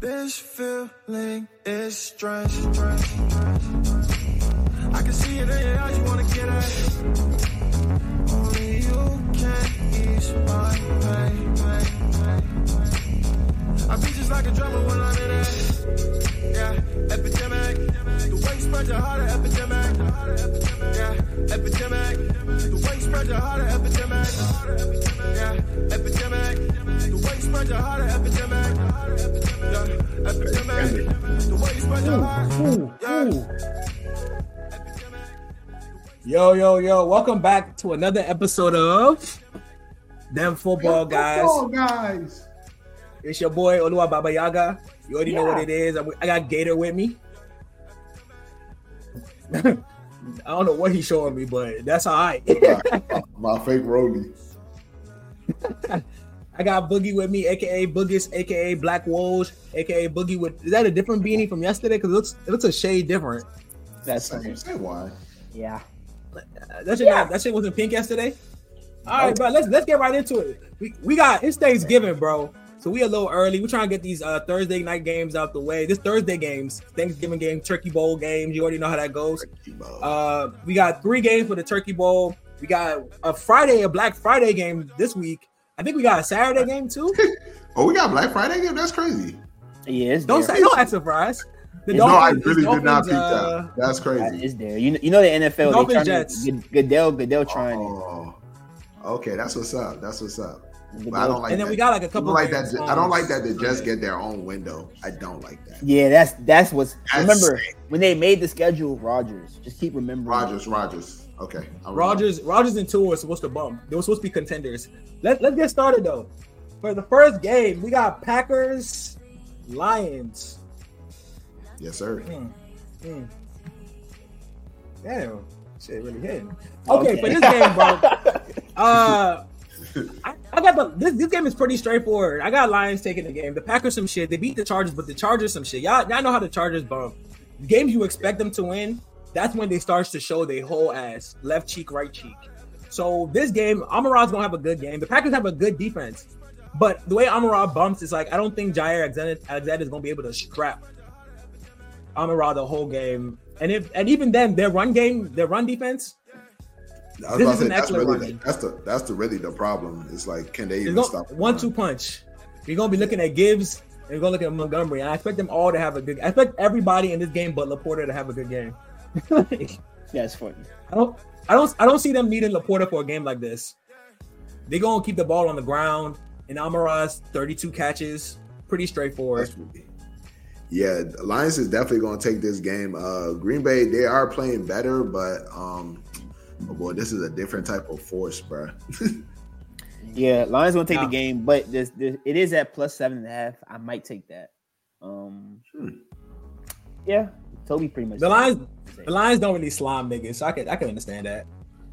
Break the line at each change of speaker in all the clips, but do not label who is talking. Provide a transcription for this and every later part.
This feeling is strange. I can see it in your eyes, you wanna get at it. Only you can ease my pain. pain, pain, pain. I be just like a drummer when I'm in it. Yeah, epidemic. The way you spread your heart, a epidemic. Yeah, epidemic. The way you spread your heart, a epidemic. Yeah, epidemic. The way you spread your heart, a epidemic. Yeah, epidemic. The way you spread your heart. Yeah.
Yo, yo, yo, welcome back to another episode of Them Football Guys.
Football guys.
It's your boy Olua Baba Yaga. You already know
Yeah.
what it is. I'm, I got Gator with me. I don't know what he's showing me, but that's all right.
My fake Roly.
I got Boogie with me, aka Boogies, aka Black Wolves, aka Boogie with. Is that a different beanie from yesterday? Because it looks it looks a shade different.
That's
Same, same wine.
yeah.
Uh, That shit, not- that shit wasn't pink yesterday. All right, bro. Let's let's get right into it. We, we got it's Thanksgiving, bro. So we a little early. We're trying to get these uh, Thursday night games out the way. This Thursday games, Thanksgiving game, Turkey Bowl games. You already know how that goes. Uh, we got three games for the Turkey Bowl. We got a Friday, a Black Friday game this week. I think we got a Saturday game too.
Oh, we got Black Friday game? That's crazy.
Yeah, it's
Don't
there.
say don't act surprised. The
no, I
Dolphins- the
really did not
Dolphins,
peep
uh,
that. That's
That
crazy.
is there. You know, you know the NFL.
Dolphins,
They trying
Jets.
To, Good- Goodell, Goodell trying
Oh, okay, that's what's up. That's what's up.
it.
But I don't like
uh, and then
that.
we got like a
I don't
couple.
like
games
that.
on
I don't like that the Jets
Sunday.
get their own window. I don't like
Mm-hmm.
that.
Yeah, that's that's what's.
That's
remember when they made the schedule, Rogers. Just keep remembering.
Rogers, Rogers. Okay, I'm
Rogers, Rogers and Tua are supposed to bump. They were supposed to be contenders. Let, let's get started though. For the first game, we got Packers, Lions.
wrong. Yes, sir.
Hmm. Hmm. Damn, shit really hit. Okay,
Okay.
for this game, bro. uh, I, I got the this, this game is pretty straightforward. I got Lions taking the game. The Packers some shit. They beat the Chargers, but the Chargers some shit. Y'all, y'all know how the Chargers bump. The games you expect them to win, that's when they starts to show their whole ass, left cheek, right cheek. So this game, Amarad's gonna have a good game. The Packers have a good defense, but the way Amarad bumps is like I don't think Jair Alexander, Alexander is gonna be able to strap Amarad the whole game. And if and even then, their run game, their run defense,
I was
This
about
is
to say
an
that's
excellent
really the,
running.
that's the that's the really the problem. It's like can they
is
even
gonna,
stop the
one
run?
two punch. You're gonna be looking at Gibbs and you're gonna look at Montgomery. And I expect them all to have a good. I expect everybody in this game but Laporta to have a good game.
That's funny.
I don't I don't I don't see them needing Laporta for a game like this. They're gonna keep the ball on the ground and Amara's 32 catches. Pretty straightforward.
That's really- Yeah, the Lions is definitely going to take this game. Uh, Green Bay, they are playing better, but um, oh boy, this is a different type of force, bro.
Yeah, Lions gonna take
Yeah.
the game, but this, this it is at plus seven and a half. I might take that. Um,
Hmm.
yeah, Toby pretty much.
The Lions- The Lions don't really slime niggas, so I can I can understand that.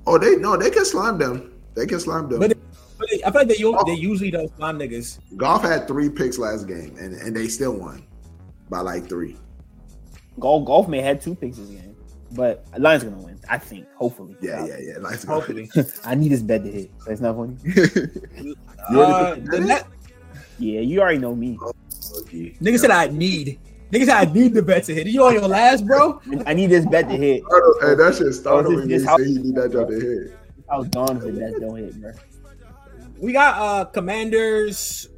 Oh, they no, they can slime them. They can slime them.
But But I feel like they, u- they usually don't slime niggas.
Golf had three picks last game, and, and they still won by like three.
golf golf may have had two picks this game, but Lions gonna win. I think. Hopefully.
Yeah, yeah, yeah. Nice.
Hopefully.
I need this bet to hit. So it's not funny.
Uh, the net,
Yeah, you already know me.
nigga said I need. Nigga said I need the bet to hit. You on your last, bro?
I need this bet to hit.
Hey, that shit started
Oh,
when you
this- this
said
how-
he need that job to hit.
I was gone if the bet don't hit, bro.
We got uh Commanders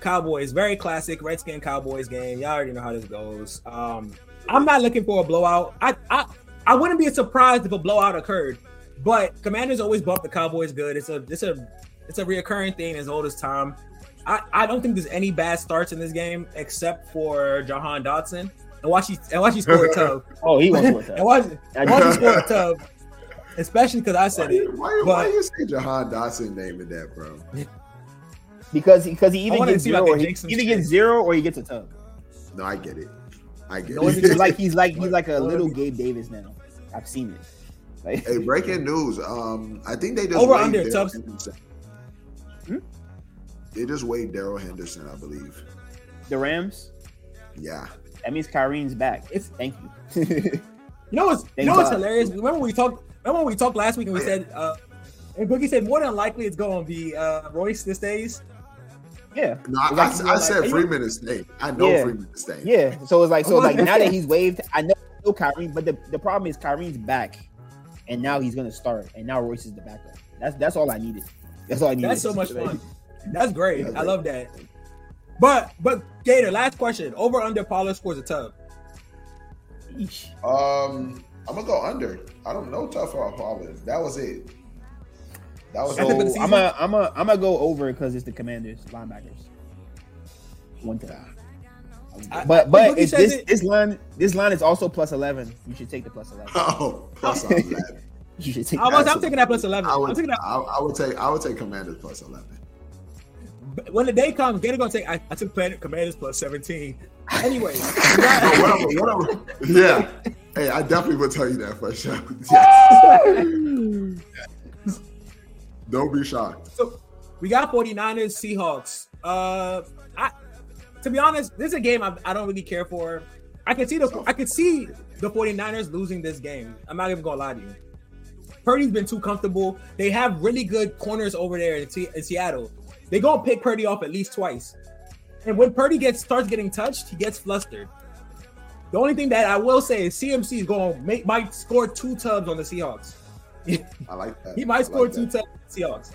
Cowboys, very classic Redskin Cowboys game. Y'all already know how this goes. Um I'm not looking for a blowout. I I, I wouldn't be surprised if a blowout occurred, but Commanders always bump the Cowboys good. It's a it's a it's a reoccurring thing as old as time. I, I don't think there's any bad starts in this game except for Jahan Dotson. And watch he and watch he score a tub.
Oh, he wants one
and watch,
I
and watch he
just,
score a tub. Especially because I
Why,
said it.
you- why, you-
But-
why you say Jahan Dotson naming that, bro?
because because he
I
either
wanna
gets
see if I
zero
can
or he
jinx some
either
shit.
gets zero or he gets a tub.
No, I get it. I get
No, it's
it.
He's like he's like he's like a
What-
little Gabe Davis now. I've seen it. Like,
Hey, breaking news. Um, I think they just
Over
waived
under,
Daryl
Tubbs.
Henderson.
Hmm?
They just waived Daryl Henderson, I believe.
the Rams.
Yeah,
That means Kyrie's back.
It's-
Thank you.
You know what's you
Thank
know what's
God.
hilarious? Remember we talked remember when we talked last week and we said uh and Boogie said more than likely it's gonna be uh Royce this days.
Yeah.
No, I,
It's like-
I-
you're
I
like,
said
are you-
Freeman is staying. I know
Yeah.
Freeman is staying.
Yeah. So it's like so like now that he's waived, I know I know Kyrie, but the, the problem is Kyrie's back, and now he's gonna start, and now Royce is the backup. That's that's all I needed. That's all I needed.
That's so much fun. That's great.
That's
I love that. But but Gator, last question. Over under Pollard scores a tub.
Eesh.
Um, I'm gonna go under. I don't know tough on Pollard. That was it. That was
At the
all.
beginning-
So I'm a I'm a I'm gonna go over because it's the Commanders linebackers. One to
I-
But
I
but
think he
if
says
this
it-
this line this line is also plus eleven. You should take the plus eleven.
Oh, plus eleven.
You should take.
I was, I'm
Absolutely.
taking that plus eleven.
I
I'm
would.
taking
I,
that.
I would take. I would take Commanders plus eleven.
but When the day comes, Gator gonna take. I, I took Planet Commanders plus seventeen. Anyway,
But
congrats.
whatever, whatever. Yeah. Hey, I definitely will tell you that for sure. Yes. Don't be shocked.
so we got 49ers, Seahawks. Uh, I to be honest, this is a game I, I don't really care for. I can see the I can see the 49ers losing this game. I'm not even gonna lie to you. Purdy's been too comfortable. They have really good corners over there in, Se- in Seattle. They gonna pick Purdy off at least twice. And when Purdy gets starts getting touched, he gets flustered. The only thing that I will say is CMC is gonna make might score two tubs on the Seahawks.
I like that.
He
I
might score
like
two
that.
touchdowns. Seahawks.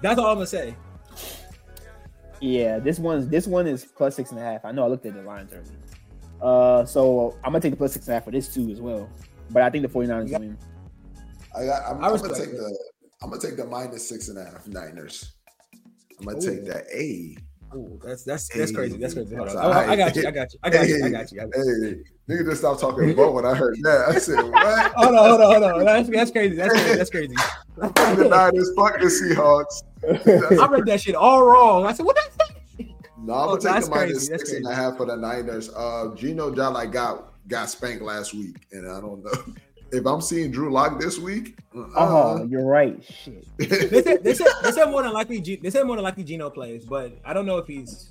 That's all I'm gonna say.
Yeah, this one's this one is plus six and a half. I know I looked at the lines earlier. Uh, so I'm gonna take the plus six and a half for this too as well. But I think the 49ers
Yeah.
win.
I got,
I
I'm, I'm gonna
respect
take
it.
the. I'm gonna take the minus six and a half Niners. I'm gonna
Ooh.
take that. Hey,
Ooh, that's that's that's crazy. That's crazy. Hold on.
All right.
I got you. I got you. I got you. I got you. I got you.
hey, nigga, just stop talking about when I heard that. I said, what?
Hold on, hold on, hold on. That's, that's crazy. That's crazy. That's crazy.
Fuck the Niners, fuck the Seahawks.
I read that shit all wrong. I said, what the fuck?
No,
Oh,
I'm gonna take
that's
the minus
crazy. That's
six and a
crazy.
half for the Niners. Uh, Gino Jolly got got spanked last week, and I don't know if I'm seeing Drew Lock this week.
Oh,
Uh-huh.
Uh,
you're right. Shit.
They said, they said they said more than likely G, they said more than likely Gino plays, but I don't know if he's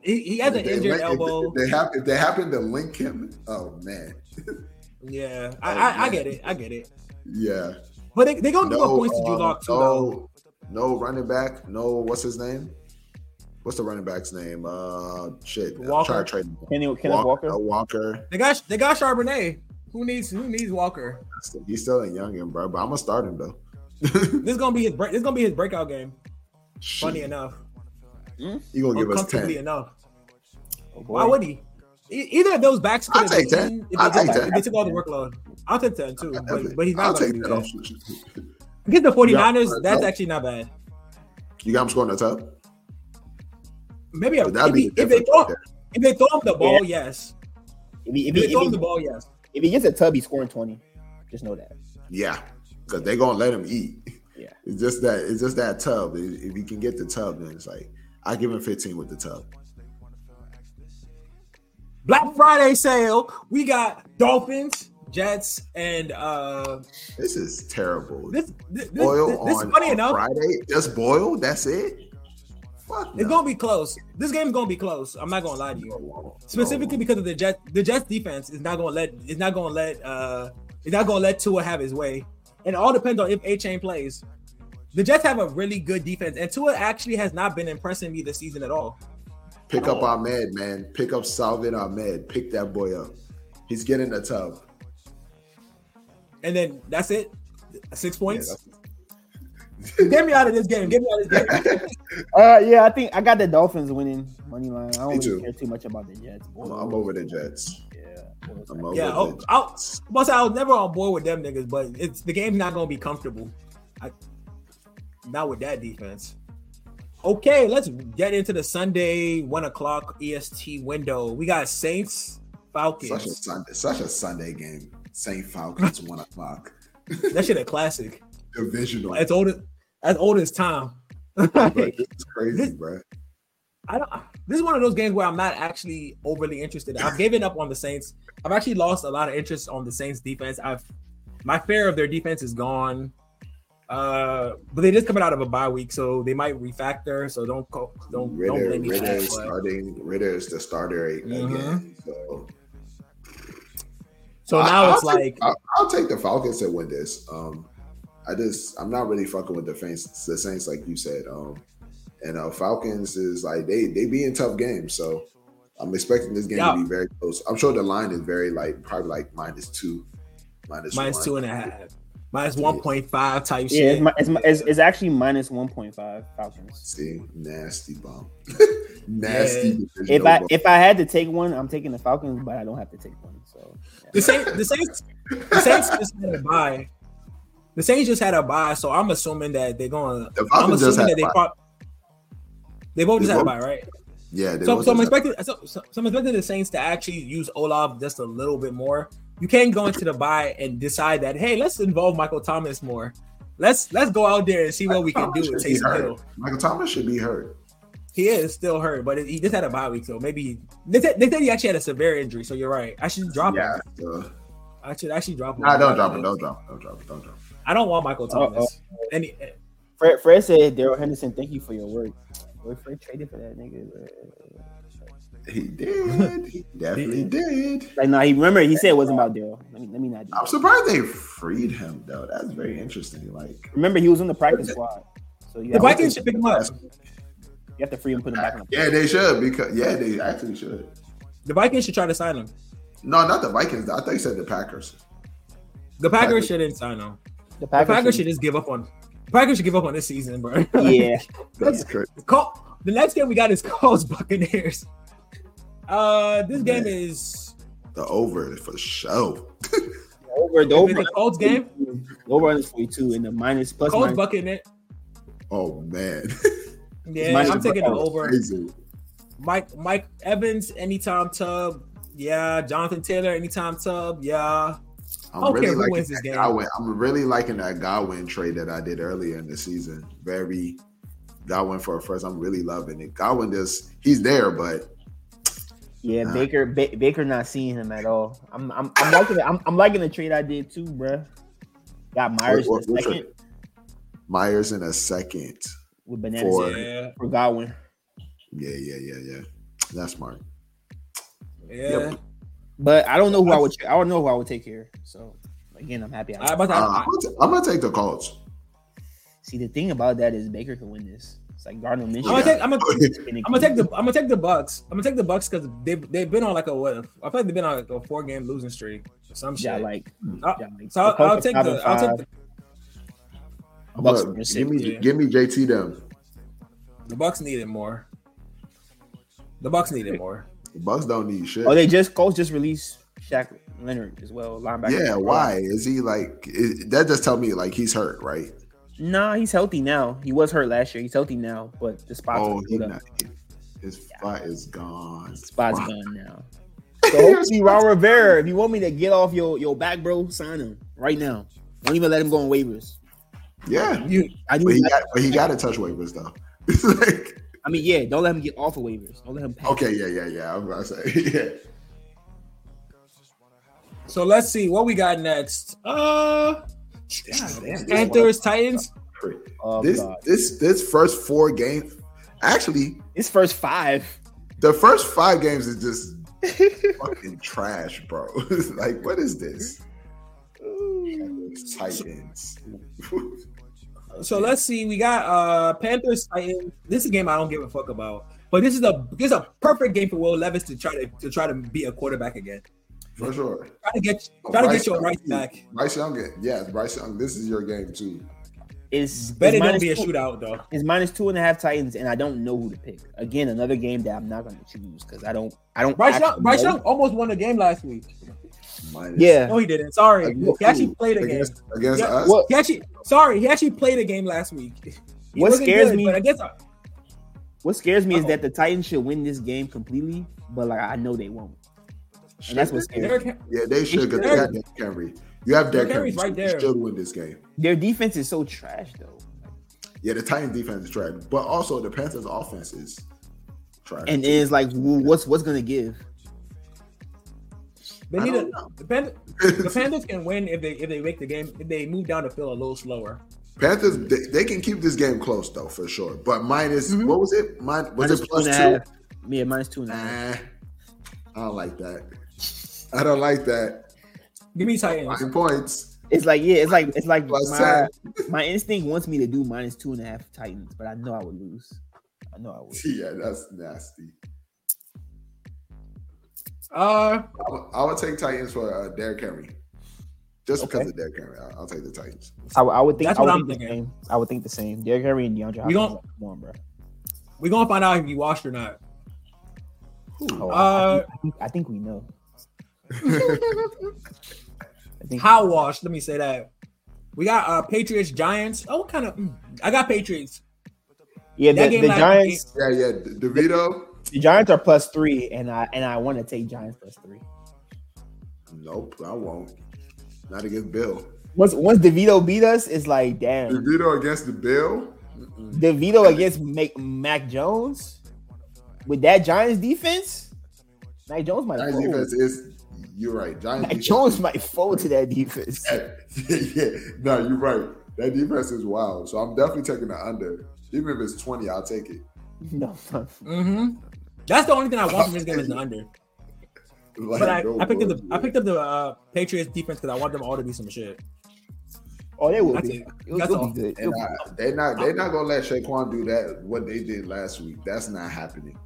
he, he has an
If they
injured
link- if they-
elbow.
If they, happen, if they happen to link him, oh man,
Yeah, I, I, I get it. I get it.
yeah.
But they they gonna do a points to Drew
uh,
Lock too. though.
no, no running back. No, what's his name? What's the running back's name? Uh, shit.
Walker?
I'm trying to trade him.
Kenny, Kenneth Walker.
uh, Walker.
They got they got Charbonnet. Who needs who needs Walker?
He's still a youngin, bro. But I'm gonna start him though.
This is gonna be his break. This is gonna be his breakout game. Funny
Shit.
enough,
he gonna give us
uncomfortably
ten.
enough.
Oh, boy.
Why would he? E- Either of those backs could
I'll
have
take
been
that.
in If
I'll
they,
take
took,
that.
if they took all the workload. I'll take that too, but, but he's
I'll
not going
take
to do
that
that.
off.
Against the 49ers,
Yeah.
that's actually not bad.
You got him scoring the top.
Maybe a,
But that'd
if,
be
he,
the
if they
difference
throw
right
if they throw him the ball, yes.
If he, if,
If
he,
they
if,
throw him
he,
the ball, yes.
if he gets a tub, he's scoring twenty. Just know that.
Yeah, because they're gonna let him eat.
Yeah.
It's just that. It's just that tub. If if you can get the tub, then it's like I give him 15 with the tub.
Black Friday sale. We got Dolphins, Jets, and uh
This is terrible.
this this, this,
boil
this, this
on
is funny
on
enough.
Friday. Just boil. That's it. Fuck.
It's
no.
gonna be close. This game's gonna be close. I'm not gonna lie to you.
No.
specifically because of the Jets. The Jets defense is not gonna let is not gonna let uh is not gonna let Tua have his way, and it all depends on if A Chain plays. The Jets have a really good defense, and Tua actually has not been impressing me this season at all.
Pick up Ahmed, man. Pick up Salvin Ahmed. Pick that boy up. He's getting the tub.
And then that's it, six points.
that's-
Get me out of this game. Get me out of this game.
Uh, yeah, I think I got the Dolphins winning money line. I don't
Me
really
too.
care too much about the Jets.
I'm, I'm over the Jets.
Yeah.
I'm over
yeah,
the
oh,
Jets.
I, I must say I was never on board with them niggas, but it's the game's not gonna be comfortable. I, not with that defense. Okay, let's get into the Sunday one o'clock EST window. We got Saints
Such a
Falcons.
Sunday, such a Sunday game. St. Falcons, one o'clock.
That shit a classic.
Divisional.
It's old. As old as time.
bro. This is crazy, bro.
I don't. This is one of those games where I'm not actually overly interested. I've given up on the Saints. I've actually lost a lot of interest on the Saints defense. I've my fear of their defense is gone. Uh, but they just coming out of a bye week, so they might refactor. So don't co- don't don't
Ritter,
blame me. for
Ritter
that,
is
but-
starting. Ritter is the starter
Mm-hmm.
again. So,
So
I-
now
I'll
it's
take-
like
I'll, I'll take the Falcons to win this. Um, I just I'm not really fucking with the Saints. The Saints, like you said. Um, And uh, Falcons is like they they be in tough games, so I'm expecting this game
Yeah.
to be very close. I'm sure the line is very like probably like minus two, minus
minus
one.
two and a half, minus
Yeah.
one point five type
Yeah,
shit.
it's, mi- it's, mi- it's, it's actually minus one point five Falcons.
See, nasty bump, nasty.
Yeah.
divisional
If I
bump.
if I had to take one, I'm taking the Falcons, but I don't have to take one. So
the Saints, the Saints, the Saints just had a buy. The Saints just had a buy, so I'm assuming that they're going.
The
I'm
Falcons just
assuming that
had
they
a bye.
prob- they both just
They
had a
both-
buy, right?
yeah, they
So,
both
so I'm
just-
expecting, so, so so I'm expecting the Saints to actually use Olaf just a little bit more. You can't go into the buy and decide that hey, let's involve Michael Thomas more. Let's let's go out there and see what we can do with
Should be
Taysom
hurt.
Hill.
Michael Thomas should be hurt.
He is still hurt, but he just had a bye week, so maybe he- they said, they said he actually had a severe injury. So you're right. I should drop
Yeah.
him.
so-
I should actually drop him.
Nah, don't drop him. Don't drop him. Don't drop him. Don't drop him.
I don't want Michael
Uh-oh.
Thomas. Any
Fred, Fred said, "Daryl Henderson, thank you for your work." Boy, Fred traded for that nigga. bro.
He did. He definitely did.
Like, no, he remember he said it wasn't about Daryl. Let me let me not. Do
I'm
that.
surprised they freed him though. That's very interesting. Like
Remember, he was on the practice squad. So you
the
have,
Vikings
you
should pick him up.
have to free him, put him back on. The
Yeah, they should because yeah, they actually should.
The Vikings should try to sign him.
No, not the Vikings. I thought you said the Packers.
The Packers
Packers.
shouldn't sign him. The
the
Packers should just give up on. The Packers should give up on this season, bro.
Yeah,
That's crazy.
Col- the next game we got is Colts Buccaneers. Uh, this game
Man.
is
The over for show.
over the
is
over
it the Colts game.
the over under forty two and the minus plus.
Colts
minus-
Buccaneers.
Oh man.
Yeah,
minus
I'm
the
taking the
Bucs.
over.
Crazy.
Mike Mike Evans anytime tub. Yeah, Jonathan Taylor anytime tub. Yeah,
I'm
I don't care
really
who
liking
wins this
that
game.
Godwin. I'm really liking that Godwin trade that I did earlier in the season. Very Godwin for a first. I'm really loving it. Godwin just he's there, but
Yeah,
Nah.
Baker ba- Baker not seeing him at all. I'm I'm, I'm liking the, I'm, I'm liking the trade I did too, bruh. Got Myers
What-
in
what-
the second
what- Myers in a second.
with bananas
for-
yeah,
for Godwin.
Yeah, yeah, yeah, yeah. That's smart.
yeah.
Yep.
But I don't know who I would I don't know who I would take here. So again, I'm happy. I
I'm about to-
Uh,
Ah.
I'm, gonna t- I'm gonna take the Colts.
see the thing about that is Baker can win this. It's like Gardner Minshew.
I'm gonna take. I'm gonna,
And it-
I'm gonna take the I'm gonna take the Bucks. I'm gonna take the Bucks because they they've been on like a what I feel like they've been on like a four game losing streak or some shit.
yeah, like,
Uh,
yeah, like
so I'll, I'll
Colts
take
are five
the
and
I'll
five.
take
I'm
Bucks
gonna-
are six,
give me
yeah.
give me JT them.
the, the Bucks need it more. The Bucks need it more.
The Bucks don't need shit.
Oh, they just Colts just released Shaq Leonard as well, linebacker.
yeah, why is he like is, that? Just tell me like he's hurt, right?
Nah, he's healthy now. He was hurt last year. He's healthy now, but the spot's
Oh, he
filled up.
not, his spot is gone.
spot's
Fuck.
gone now. So hopefully, Ron Rivera, if you want me to get off your, your back, bro, sign him right now. Don't even let him go on waivers.
Yeah,
You
I do.
but he got but he got to touch waivers though. It's like
I mean, yeah, don't let him get off of waivers. Don't let him. Pass.
okay, yeah, yeah, yeah. I'm gonna say yeah.
so let's see what we got next. Uh,
Damn, damn, this
Panthers Titans.
one-
Oh,
This
God.
this this first four games, actually,
His first five.
the first five games is just fucking trash, bro. like, what is this? Titans.
So let's see. We got uh Panthers Titans. This is a game I don't give a fuck about. But this is a this is a perfect game for Will Levis to try to to try to be a quarterback again.
For sure.
Try to get try to get your
Bryce
rights
Young,
back.
Bryce Young, yeah, yes, Bryce Young. This is your game too.
Is
Bet it
is
don't
minus
be a
two-
shootout though.
is minus two and a half Titans, and I don't know who to pick. Again, another game that I'm not going to choose because I don't. I don't.
Bryce
actually
Young, Bryce
know.
Young almost won the game last week.
Minus-
Yeah.
No, he didn't. Sorry,
Against
he actually
who?
played a game.
against, against
Yeah,
us.
What
He actually, sorry, he actually played a game last week. He
What
wasn't
scares
good,
me-
but I guess
What scares me is
Uh-oh.
that the Titans should win this game completely, but like I know they won't, and that's what scares me.
Derrick, Hen-
Yeah, they should because they
Derrick-
got Derrick Henry. You have Derrick
Derrick
Henry.
Henry's right
You
there.
should win this game.
Their defense is so trash, though.
Yeah, the Titans defense is trash, but also the Panthers offense is trash.
And it's like, w- what's what's gonna give?
they
I
need
don't
a,
know.
the, Pan, the Panthers can win if they if they make the game if they move down the field a little slower.
Panthers they, they can keep this game close though for sure. But minus
Mhm.
what was it? Min, was
Minus
it plus two?
and a half. Yeah, minus two and a half.
Nah, I don't like that. I don't like that.
Give me Titans.
Nine points
It's like yeah, it's like it's like
plus
my,
ten.
my instinct wants me to do minus two and a half Titans, but I know I would lose. I know I would.
yeah, that's nasty.
Uh,
I would- I would take Titans for uh, Derrick Henry, just
Okay.
because of Derrick Henry. I- I'll take the Titans.
I would, I would think.
That's
I would
what
think
I'm
the
thinking.
same. I would think the same. Derrick Henry and
We
DeAndre. Hopkins,
don't-
like, Come on, bro.
we're gonna find out if you washed or not.
Oh, I,
Uh,
I think, I think we know. I think
How washed? Let me say that. We got uh Patriots Giants. Oh, what kind of? mm, I got Patriots.
yeah,
that
the,
game
the
last
Giants.
yeah, yeah, D- DeVito.
The Giants are plus three, and I and I want to take Giants plus three.
Nope, I won't. Not against Bill.
Once once Devito beat us, it's like damn.
DeVito against the Bill.
Devito against Mac, Mac Jones with that Giants defense. Mac Jones might
Giants
fold.
defense is. You're right. Giants
Mac
defense.
Jones might fold to that defense.
yeah, yeah. No, you're right. That defense is wild. So I'm definitely taking the under. Even if it's 20, I'll take it.
No, no.
Mm-hmm. That's the only thing I want from this game is the under.
Like,
But I,
no
I picked up the
bullshit.
I picked up the uh, Patriots defense because I want them all to be some shit.
oh, they will
That's
be.
it.
It'll,
That's
it'll
all.
be good.
And
It'll be-
I, they're not they're not gonna let Shaquan do that what they did last week. That's not happening.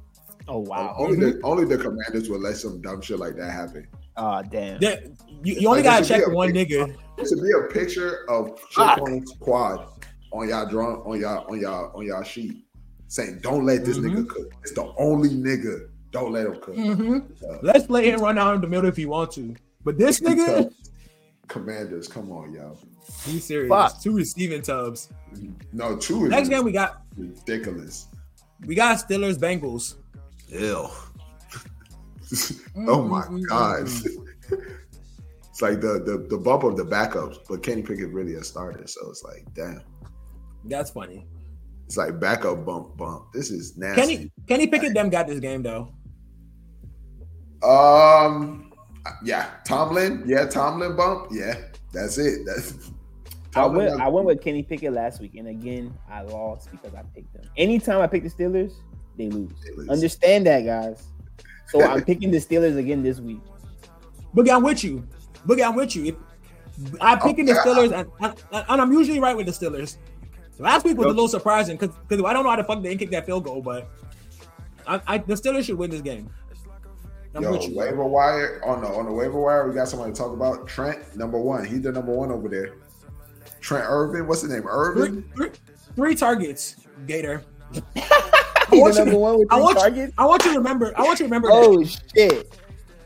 oh wow.
Only the only the commanders will let some dumb shit like that happen.
Oh damn.
That- you, you only
Like, uh,
gotta
it should be
check
a
one
big-
nigga.
It should be a picture of Shaquan's quad on y'all drawing on y'all on y'all on y'all sheet saying, Don't let this nigga cook. It's the only nigga. Don't let him cook. uh,
Mhm. Let's play him run out in the middle if you want to. But this nigga,
Commanders, come on, y'all.
he's serious.
Fuck.
Two receiving tubs.
No, two is
Next game we got
ridiculous.
we got Steelers Bengals.
Ew. oh my
Mm-hmm.
Mm-mm-mm-mm.
god. it's like the, the the bump of the backups, but Kenny Pickett really a starter, so it's like damn.
That's funny.
It's like backup bump bump. This is nasty.
Kenny Kenny Pickett them got this game though.
Um, yeah, Tomlin. Yeah, Tomlin bump. Yeah, that's it. That's
I went, I went with Kenny Pickett last week, and again, I lost because I picked them. Anytime I pick the Steelers, they lose.
They lose.
Understand that, guys. So I'm picking the Steelers again this week.
Boogie, I'm with you. Boogie, I'm with you. If, I'm picking the
Okay.
Steelers, and, and, and I'm usually right with the Steelers. Last week was a
Yep.
little surprising because I don't know how the fuck they didn't kick that field goal, but I, I, the Steelers should win this game. I'm
Yo,
with you.
waiver wire on the on the waiver wire. We got somebody to talk about. Trent, number one. He's the number one over there. Trent Irvin. What's the name?
Three,
Irvin.
three, three targets, Gator. I
He's
want
the
you
number
to,
one with
I
three
want you-
targets.
I want you to remember. I want you to remember that
Oh shit,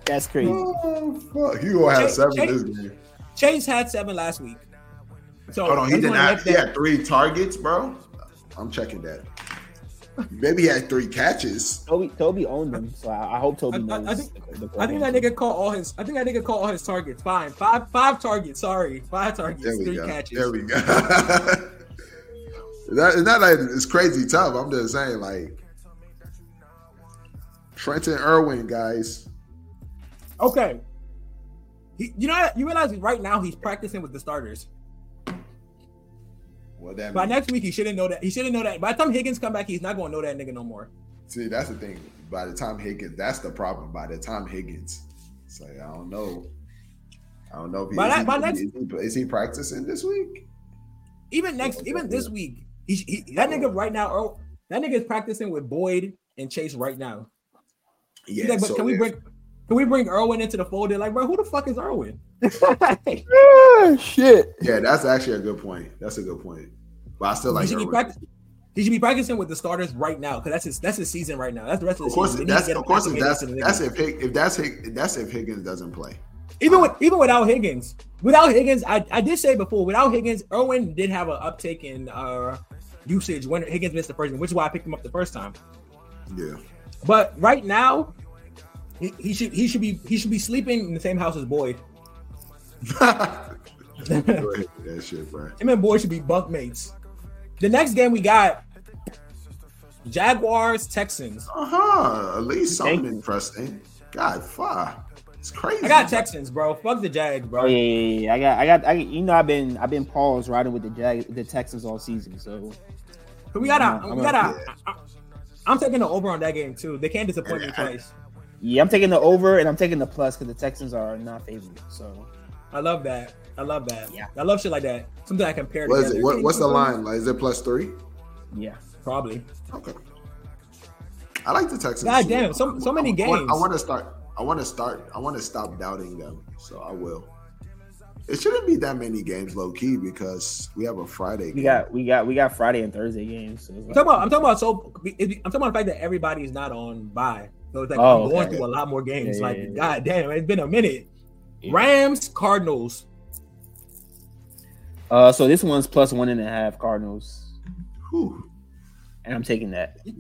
that's crazy.
Oh fuck! He gonna have
Jake-
seven
Jake-
this game.
Chase had seven last week. So
Hold on, he did
everyone
not.
Oh, left
He
that-
had three targets, bro. I'm checking that. Maybe he had three catches.
Toby, Toby owned them, so I, I hope Toby
I- I- I
knows.
think-
the- the
I think that nigga caught all his. I think that nigga caught all his targets. Fine, five five targets. Sorry, five targets,
There we
three
go.
catches.
There we go. that, it's not like it's crazy tough. I'm just saying, like Trenton Irwin, guys.
Okay. He, you know, you realize right now he's practicing with the starters.
What that
By
mean?
next week, he shouldn't know that. He shouldn't know that. By the time Higgins come back, he's not going to know that nigga no more.
See, that's the thing. By the time Higgins, that's the problem. By the time Higgins, it's like I don't know. I don't know if he,
By
is,
that-
he,
by next-
is, he, is he practicing this week?
Even next,
Yeah,
even
yeah.
this week, he, he, that nigga right now, Earl, that nigga is practicing with Boyd and Chase right now.
Yeah.
He's like, but
so
can we
if-
bring, can we bring Irwin into the fold? They're like, bro, who the fuck is Irwin?
Ah, shit.
Yeah, that's actually a good point. That's a good point. But I still
he
like
should be
Irwin.
practicing. He should be practicing with the starters right now because that's his that's his season right now. That's the rest of the
Of course,
season. They need to
that's
get him
of course if
acclimated
that's
to the
that's
nigga.
if Hig- if that's Hig- that's if Higgins doesn't play.
Even with even without Higgins, without Higgins, I, I did say before, without Higgins, Irwin did have an uptick in uh, usage when Higgins missed the first, one, which is why I picked him up the first time.
Yeah.
But right now, he, he should he should be he should be sleeping in the same house as Boyd.
Go ahead with that shit, bro.
Him and Boyd should be bunk mates. The next game we got Jaguars Texans.
Uh huh. At least
Thank
something
you.
interesting. God, fuck. It's crazy.
I got Texans, bro. Fuck the Jags, bro.
Oh yeah, yeah, yeah. I got, I got, I, you know, I've been, I've been paused riding with the Jag, the Texans all season. So
We got
I'm
a
not-
we
I'm
got
not-
a. I, am taking the over on that game too. They can't disappoint me
Yeah.
twice.
yeah, I'm taking the over and I'm taking the plus because the Texans are not favored. So
I love that. I love that.
Yeah.
I love shit like that. Something I compare.
What is
together.
it? What, what's the
Can you-
line? Like, is it plus three?
yeah,
Probably.
Okay. I like the Texans.
God damn, so so many
I want,
games.
I want to start. I want to start. I want to stop doubting them. So I will. It shouldn't be that many games, low key, because we have a Friday.
We
Game.
got we got we got Friday and Thursday games. So it's
I'm
like-
talking about. I'm talking about. So I'm talking about the fact that everybody is not on bye. So it's like
Oh,
I'm going
okay.
through a lot more games.
Yeah,
like,
yeah, yeah.
god damn, it's been a minute.
Yeah.
Rams, Cardinals.
Uh, so this one's plus one and a half Cardinals,
Whew.
and I'm taking that.
You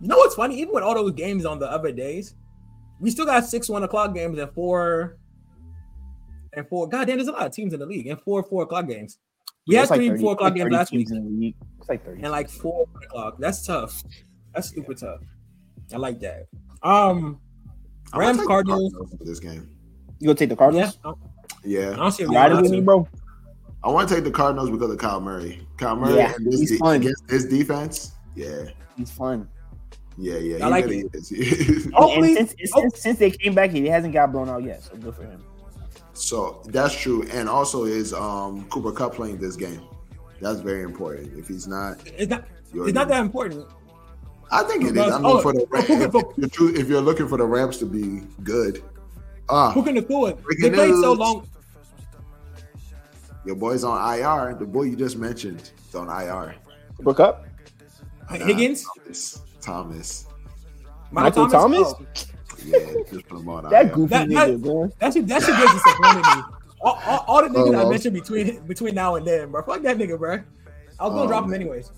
know what's funny? Even with all those games on the other days, we still got six one o'clock games and four and four. God damn, there's a lot of teams in the league and four four o'clock games. We
Yeah,
had
it's like
three
30
four o'clock
like
games
30
last week
teams in the league. It's like thirty.
and like four o'clock. That's tough. That's super tough. I like that. Um,
I'm gonna
Rams,
take the
Cardinals.
for this game.
You gonna take the
yeah,
Cardinals?
I I
Yeah,
don't see a
You riding
reason
with
not
me,
to.
bro?
I want to take the Cardinals because of Kyle Murray. Kyle Murray
Yeah,
and this
he's
de-
fun.
against this defense. Yeah,
He's fun.
yeah, yeah. He
I like
really is.
Hopefully-
and since,
hope-
since, since they came back, he hasn't got blown out yet. So good for him.
So that's true, and also is um, Cooper Cup playing this game? That's very important. If he's not,
It's not.
you're
It's not that important.
I think it is. I mean,
Oh,
for the
oh, Puka-
if, the truth, if you're looking for the Rams to be good, ah,
Puka Nakua. They
Breaking
played so
news.
long.
your boy's on IR. The boy you just mentioned is on IR.
Book up. Uh,
Higgins,
Thomas. Thomas.
Michael
Oh,
Yeah, just put him on
That
IR.
goofy
That-
nigga,
that-
bro.
that shit. That shit just disappointed me. All, all, all the niggas
Uh-oh.
I mentioned between between now and then, bro. Fuck that nigga, bro. I was gonna
Oh,
drop him
man.
anyways.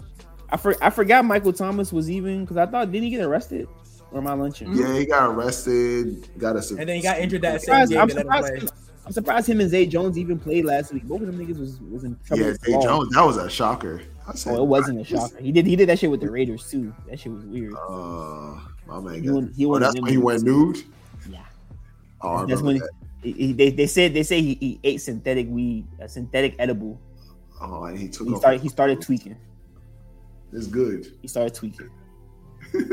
I for, I forgot Michael Thomas was even because I thought didn't he get arrested? Or am I lunching?
Yeah, he got arrested. Got a
And then he got injured that
I'm
same
surprised,
game.
I'm,
and let him play.
surprised him, I'm surprised him and Zay Jones even played last week. Both of them niggas was, was in trouble.
Yeah,
with the
Zay
ball.
Jones. That was a shocker. I said,
Oh, it wasn't a
this-
shocker. He did he did that shit with the Raiders too. That shit was weird.
Uh, my man.
He
got-
went- he
oh,
went
that's when he
nude.
went nude.
Yeah.
Oh, I
That's
remember
when
that.
he, he- they, they said they say he, he ate synthetic weed, a synthetic edible.
Oh, and he took
He
off.
started he started tweaking.
It's good.
He started tweaking.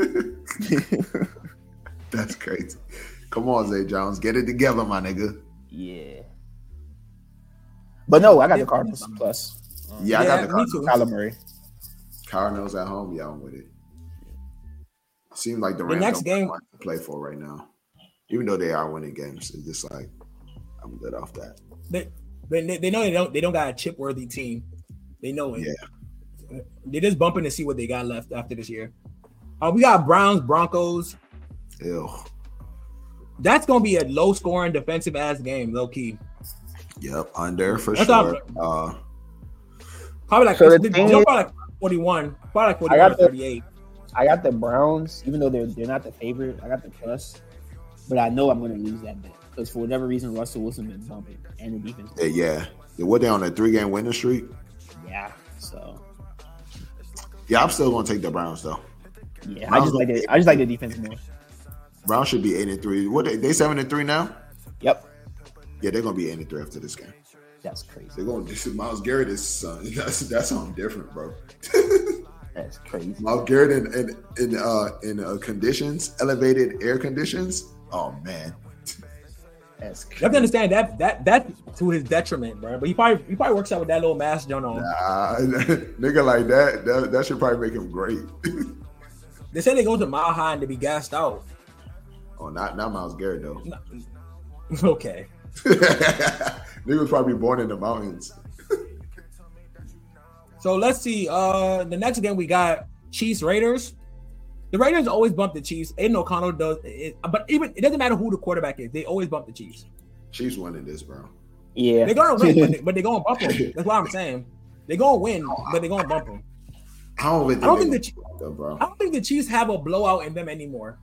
That's crazy. Come on, Zay Jones, get it together, my nigga.
Yeah. But no, I got the Cardinals plus.
Yeah, I got the
me
Cardinals.
too.
Kyler Murray.
Cardinals at home. Yeah, I'm with it. Seems like the
The
Rams
next
don't have
game-
much to play for right now, even though they are winning games. It's just like I'm good off that.
They, they, they know they don't they don't got a chip worthy team. They know it. They're just bumping to see what they got left after this year. Uh, we got Browns, Broncos.
Ew.
That's gonna be a low scoring defensive ass game, low key.
Yep. Under for
That's
sure. Uh,
Probably like,
So the
they'll
thing
probably
is-
like 41, probably like
I
41
got
or
the-
38.
I got the Browns, even though they're they're not the favorite. I got the plus, but I know I'm gonna lose that bet because for whatever reason Russell Wilson been bumping and the defense.
yeah, yeah. They were they on a three game winning streak?
Yeah. So
Yeah, I'm still gonna take the Browns though.
yeah, I just like it. I just like the defense more.
Browns should be eight and three. What they, they seven and three now?
Yep.
Yeah, they're gonna be eight and three after this game.
That's crazy.
They're gonna this is Miles Garrett is son. That's that's something different, bro.
That's crazy.
Miles Garrett in in, in uh in uh, conditions, elevated air conditions. Oh man.
That's
You have to
crazy.
understand that that that to his detriment, bro. But he probably he probably works out with that little mask done on.
Nah, nigga like that, that that should probably make him great.
They say they go to Mile High and to be gassed out.
oh, not not Miles Garrett though.
Okay,
nigga was probably born in the mountains.
so let's see. Uh, the next game we got Chiefs Raiders. The Raiders always bump the Chiefs. Aiden O'Connell does, it, but even it doesn't matter who the quarterback is. They always bump the Chiefs.
Chiefs winning this, bro.
Yeah.
They're gonna win, but, they, but they're gonna bump them. That's what I'm saying. They're gonna win, but they're gonna bump them.
I don't really think,
I don't
they
think
gonna
the Chiefs-
fuck up, bro.
I don't think the Chiefs have a blowout in them anymore.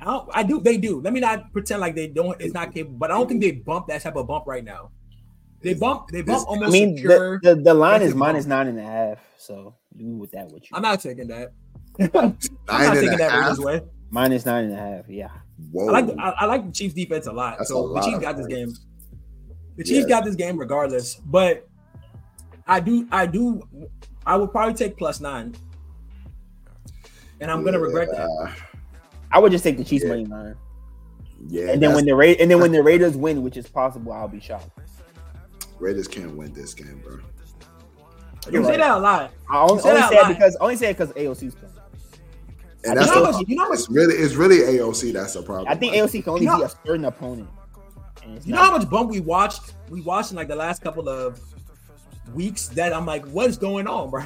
I don't. I do. They do. Let me not pretend like they don't. It's not capable. But I don't think they bump that type of bump right now. They bump. They bump
I
almost
mean, the,
secure.
the, the line
That's
is
a
minus nine and a half. So do with that what you.
I'm not taking that. I'm
Nine
not
and a
taking that
half?
Raiders way.
Minus nine and a half. Yeah.
Whoa.
I like. The, I, I like the Chiefs defense a lot.
That's
so
a
the
lot
Chiefs
of
got this game.
points.
The Chiefs
Yeah.
got this game regardless. But I do. I do. I would probably take plus nine. And I'm gonna regret that.
Yeah,
I would just take the Chiefs
Yeah.
money line,
Yeah,
and then
that's-
when the Ra- and then when the Raiders win, which is possible, I'll be shocked.
Raiders can't win this game, bro.
You say
right.
that a lot.
I only,
said
only
that
say it
line.
because only say it because AOC's playing.
And
I
that's
think- You know
the-
how much- you know how much-
it's really it's really AOC that's the problem.
I think AOC can only
You know-
be a certain opponent. And it's
You know
not-
how much bump we watched? We watched in like the last couple of weeks that I'm like, what's going on, bro?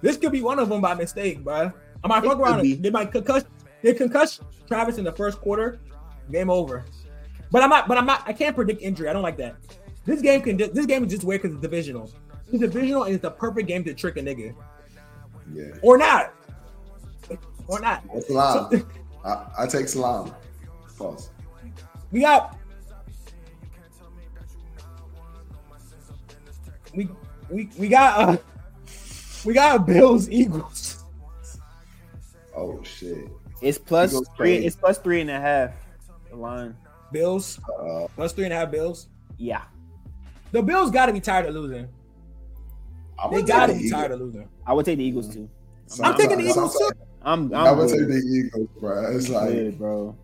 This could be one of them by mistake, bro. I might
It
fuck
could
around.
be.
They might concuss. They concuss Travis in the first quarter. Game over. But I'm not. But I'm not. I can't predict injury. I don't like that. This game can. ju- This game is just weird because it's divisional. It's divisional and it's the perfect game to trick a nigga
yeah.
or not, or not.
That's Salam. I, I take Salam. Pause.
We got we we we got uh we got Bills Eagles.
Oh shit.
It's plus
Eagles
three.
play.
It's plus three and a half. The line.
Bills
Uh,
plus three and a half Bills.
Yeah.
The Bills got to be tired of losing.
I'm
They got to be tired of losing.
I would take the Eagles too.
I'm taking the Eagles too.
I'm. I'm
I would
good.
take the Eagles, bro. It's like
Good, bro.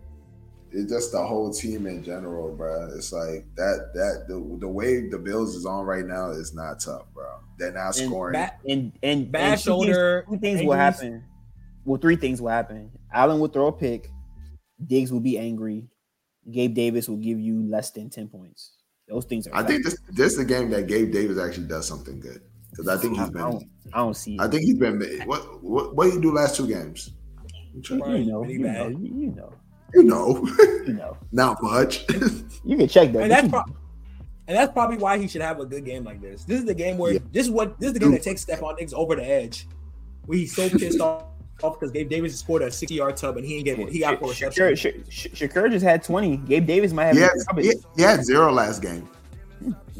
it's just the whole team in general, bro. It's like that that the, the way the Bills is on right now is not tough, bro. They're not
And
scoring.
Bat,
And and
bad
and two
shoulder.
Things, two things will
injuries.
happen. Well, three things will happen. Allen will throw a pick. Diggs will be angry. Gabe Davis will give you less than ten points. Those things are.
I think this this is the game that Gabe Davis actually does something good because I think
I, I
he's been
don't, I don't see. It.
I think he's been what what what did he do last two games? I'm trying-
you know.
Pretty
You know.
bad.
You you know.
You know,
You know.
not much.
You can check that.
And that's pro- and that's probably why he should have a good game like this. This is the game where
Yeah.
this is what this is the game that takes Stephon Diggs over the edge. Where he's so pissed off because Gabe Davis scored a 60 yard tub and he ain't get he got four receptions.
Shakur, Shakur, Shakur just had twenty. Gabe Davis might have.
yeah,
recovered.
yeah, he had zero last game.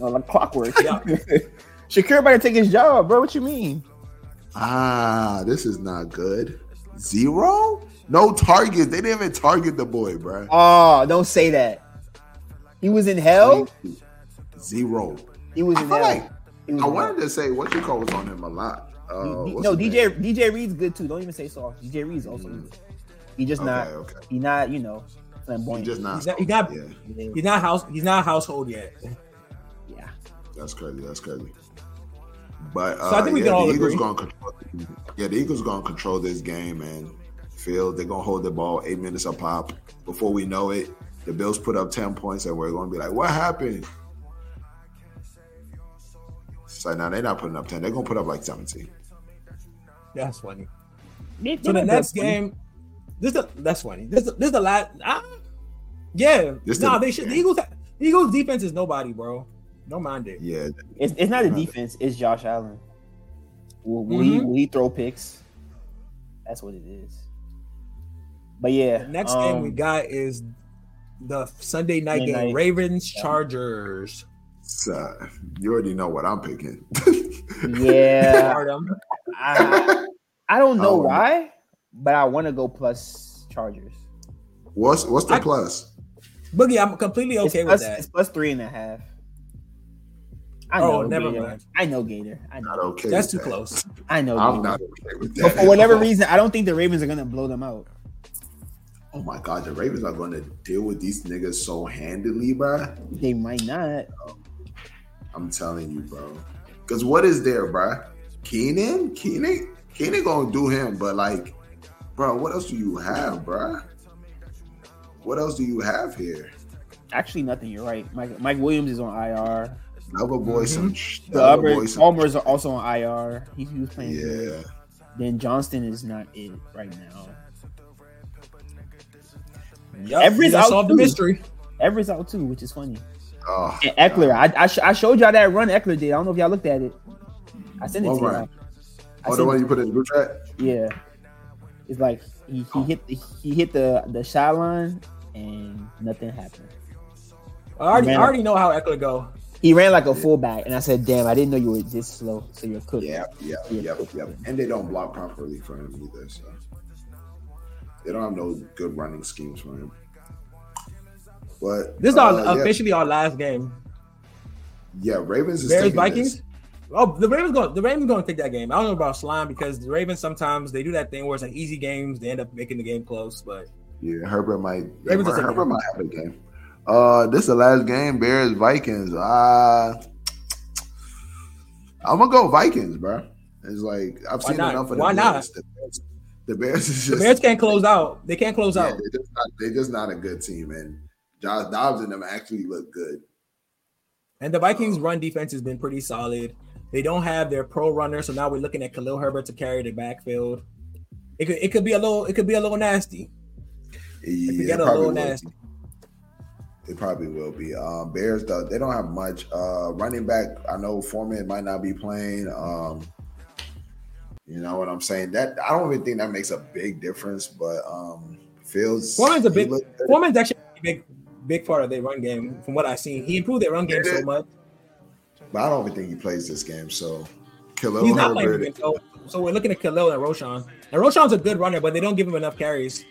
Oh, like clockwork.
Yeah.
Shakur about to take his job, bro. What you mean?
Ah, this is not good. Zero? No targets. They didn't even target the boy, bro.
Oh, don't say that. He was in hell.
Zero.
He was
I
in
feel
hell.
like
He was
I
in
wanted to say what you call was on him a lot. Uh,
hell. D- D-
what's
no,
his
DJ
name?
DJ Reed's good too. Don't even say soft. DJ Reed's also
Mm.
good. He just
Okay,
not.
okay.
He not. You know,
He
flamboyant.
just not.
He's not- he's not-
yeah,
He's not house. He's not household yet.
yeah.
that's crazy. That's crazy. But uh,
So I think we
yeah,
can all
the Eagles
agree.
gonna control. Yeah, the Eagles gonna control this game and Field. They're gonna hold the ball eight minutes a pop. Before we know it, the Bills put up ten points, and we're gonna be like, "What happened?" So now they're not putting up ten. They're gonna put up like seventeen.
That's funny.
They-
So
they
the
might
next
be up
game, this the, that's funny. This the- this the last. ah, yeah,
This
no,
the-
they should. The Eagles, the Eagles defense is nobody, bro. Don't mind it.
Yeah,
twenty. It's, it's not a
Right.
defense. It's Josh Allen. Will, will he
Mhm.
will he throw picks? That's what it is. But yeah,
The next
um,
game we got is the Sunday night
Sunday
game:
night.
Ravens
Yeah.
Chargers.
so you already know what I'm picking.
Yeah,
Stardom.
I, I don't know
Oh.
why, but I want to go plus Chargers.
what's what's the
I-
plus?
Boogie, I'm completely okay
it's,
with
plus,
that.
it's plus three and a half. I
Oh,
know,
never
Gator.
mind.
I know Gator. I know.
Not okay.
That's
with
too
that.
close.
I know.
I'm
Gator.
not okay with
But
that.
for whatever reason, I don't think the Ravens are gonna blow them out.
Oh my god, the Ravens are going to deal with these niggas so handily, bro.
They might not.
I'm telling you, bro. Because what is there, bro? Keenan, Keenan, Keenan gonna do him, but like, bro, what else do you have, bro? What else do you have here?
Actually, nothing. You're right. Mike, Mike Williams is on IR.
Another boy, some
The
another
other
boy, some-
Palmer's are also on IR. He, he was playing. good.
Yeah,
Then Johnston is not it right now.
Yup,
Every-
we just solved the
I'll-
mystery.
Ever's out too, which is funny.
oh,
And Eckler, I I, sh- I showed y'all that run Eckler did. I don't know if y'all looked at it. I sent it
What
to y'all.
run?
I
oh, the
sent-
one you Oh. put in the group chat.
yeah, it's like he, he hit the, he hit the the shot line and nothing happened.
I already, I
Man.
already know how Eckler go.
He ran like a fullback, and I said, "Damn, I didn't know you were this slow." So you're cooked.
Yeah, yeah, yeah, yeah. And they don't block properly for him either. So they don't have no good running schemes for him. But
This is
uh,
our
yeah,
officially our last game.
yeah, Ravens is
Bears
taking
Vikings.
this.
Oh, the Ravens going. The Ravens going to take that game. I don't know about slime because the Ravens sometimes they do that thing where it's like easy games. They end up making the game close, but
Yeah, Herbert might. Yeah,
Ravens
Her-
is taking
Herbert
it.
might have a game. Uh, this is the last game. Bears Vikings. Uh I'm gonna go Vikings, bro. It's like I've
Why
seen
not?
enough of the
Why not?
Bears. The Bears, The Bears is
The
just
Bears can't close out. They can't close
yeah,
out.
they're, just not, they're just not a good team, and Josh Dobbs and them actually look good.
And the Vikings' run defense has been pretty solid. They don't have their pro runner, so now we're looking at Khalil Herbert to carry the backfield. It could, it could be a little it could be a little nasty.
Yeah,
get
it
a
probably
little
will
nasty.
be. It probably will be. Um, Bears though they don't have much. Uh, running back, I know Foreman might not be playing. Um, you know what I'm saying? That I don't even think that makes a big difference, but um, Fields
Foreman's a
he
big-
looked good.
Foreman's actually a big big part of their run game from what I've seen. He improved their run game so much.
but I don't even think he plays this game. So Khalil
He's not playing
Herbert,
good. So, so we're looking at Khalil and Roshan. And Roshan's a good runner, but they don't give him enough carries.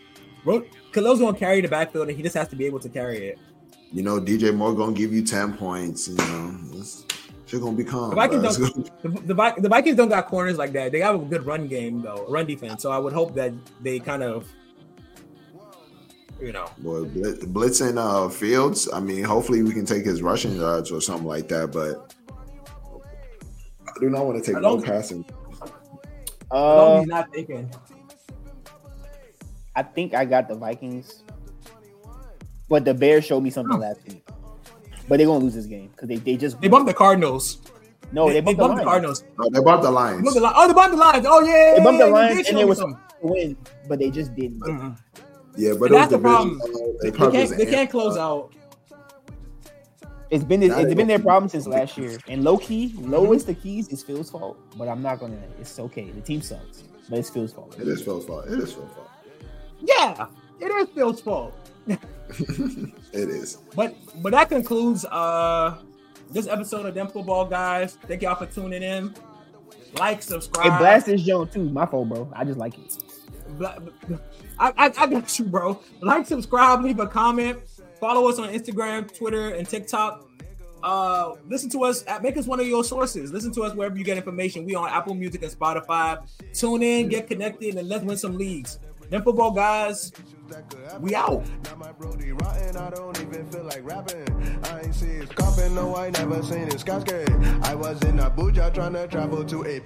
Ro- Khalil's gonna carry the backfield, and he just has to be able to carry it.
you know, DJ Moore gonna give you ten points. You know, it's, shit gonna be calm.
The Vikings
bro. It's
don't-
gonna-
The, the, Vi- the Vikings don't got corners like that. They have a good run game though, run defense. So I would hope that they kind of, you know,
Boy, Blitz, blitzing uh, Fields. I mean, hopefully we can take his rushing yards or something like that. But I do not want to
I
take
don't-
no passing.
as long as
Uh,
he's not thinking.
I think I got the Vikings, but the Bears showed me something last week. But they're gonna lose this game because they, they just
They bumped the Cardinals.
no Oh, they, bumped, the, Lions
Cardinals.
No, they bought
They
the
bumped
Lions.
the Lions. Oh, they bumped the Lions. Oh yeah,
They bumped
yeah,
the
yeah,
Lions
did
and
show
it
me
was-
something.
to win, but they just didn't.
Mm-mm.
Yeah, but
And that's
it was
the problem.
divisional.
They
probably
can't.
was
They
an
can't
amp-
close out.
It's been this,
Now
it's
they
been their
gonna-
problem since last year. And low key,
Mm-hmm.
lowest the keys is Phil's fault. But I'm not gonna. It's okay. The team sucks, but it's Phil's fault.
It is Phil's fault. It is Phil's fault.
Yeah, it is Phil's fault.
It is.
But but that concludes uh this episode of Them Football Guys. Thank y'all for tuning in. Like,
Hey,
subscribe.
blast this joint too. My fault, bro. I just like it.
Bla- I, I, I got you, bro. Like, subscribe, leave a comment. Follow us on Instagram, Twitter, and TikTok. Uh, listen to us. At, make us one of your sources. Listen to us wherever you get information. We on Apple Music and Spotify. Tune in, get connected, and let's win some leagues. Them football guys, we out.
Now my brody rotten, I don't even feel like rapping. I ain't see his coffin, no, I never seen his casket. I was in Abuja trying to travel to a